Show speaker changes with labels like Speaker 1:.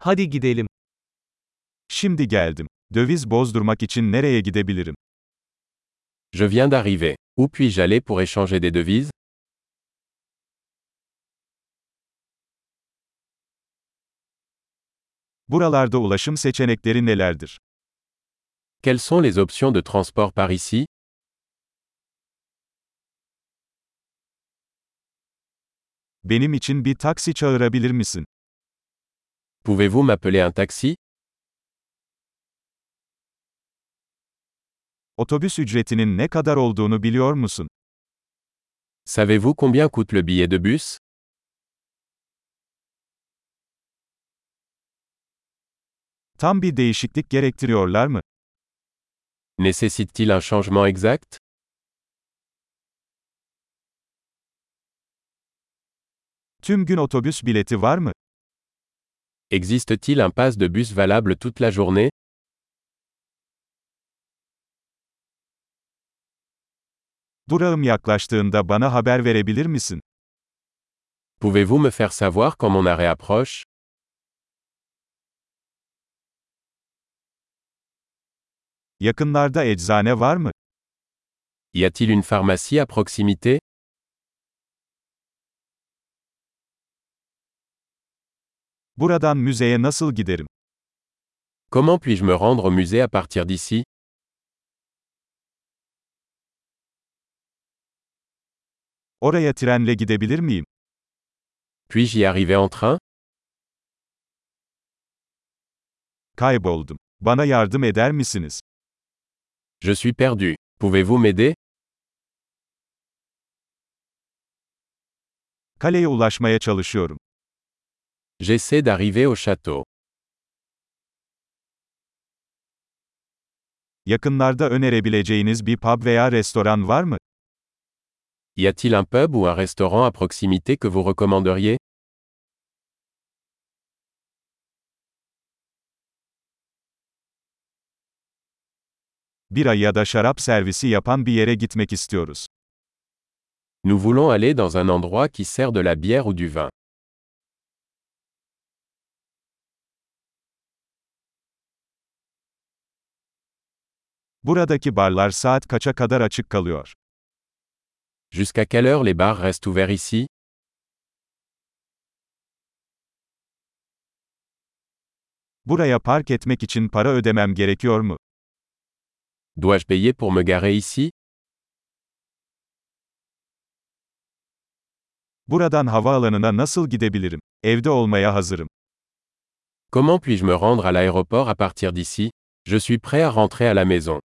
Speaker 1: Hadi gidelim.
Speaker 2: Şimdi geldim. Döviz bozdurmak için nereye gidebilirim?
Speaker 3: Je viens d'arriver. Où puis-je aller pour échanger des devises
Speaker 2: Buralarda ulaşım seçenekleri nelerdir?
Speaker 3: Quelles sont les options de transport par ici
Speaker 2: Benim için bir taksi çağırabilir misin?
Speaker 3: Pouvez-vous m'appeler un taxi
Speaker 2: Otobüs ücretinin ne kadar olduğunu biliyor musun?
Speaker 3: Savez-vous combien coûte le billet de bus
Speaker 2: Tam bir değişiklik gerektiriyorlar mı?
Speaker 3: Nécessite-t-il un changement exact
Speaker 2: Tüm gün otobüs bileti var mı?
Speaker 3: Existe-t-il un pass de bus valable toute la journée
Speaker 2: Durağım yaklaştığında bana haber verebilir misin?
Speaker 3: Pouvez-vous me faire savoir quand mon arrêt approche
Speaker 2: Yakınlarda eczane var mı?
Speaker 3: Y a-t-il une pharmacie à proximité
Speaker 2: Buradan müzeye nasıl giderim?
Speaker 3: Comment puis-je me rendre au musée à partir d'ici
Speaker 2: Oraya trenle gidebilir miyim?
Speaker 3: Puis-je y arriver en train
Speaker 2: Kayboldum. Bana yardım eder misiniz?
Speaker 3: Je suis perdu. Pouvez-vous m'aider
Speaker 2: Kaleye ulaşmaya çalışıyorum.
Speaker 3: J'essaie d'arriver au château.
Speaker 2: Yakınlarda önerebileceğiniz bir pub veya restoran var mı?
Speaker 3: Y a-t-il un pub ou un restaurant à proximité que vous recommanderiez
Speaker 2: Bira ya da şarap servisi yapan bir yere gitmek istiyoruz.
Speaker 3: Nous voulons aller dans un endroit qui sert de la bière ou du vin.
Speaker 2: Buradaki barlar saat kaça kadar açık kalıyor?
Speaker 3: Jusqu'à quelle heure les bars restent ouverts ici
Speaker 2: Buraya park etmek için para ödemem gerekiyor mu?
Speaker 3: Dois-je payer pour me garer ici
Speaker 2: Buradan havaalanına nasıl gidebilirim? Evde olmaya hazırım.
Speaker 3: Comment puis-je me rendre à l'aéroport à partir d'ici Je suis prêt à rentrer à la maison.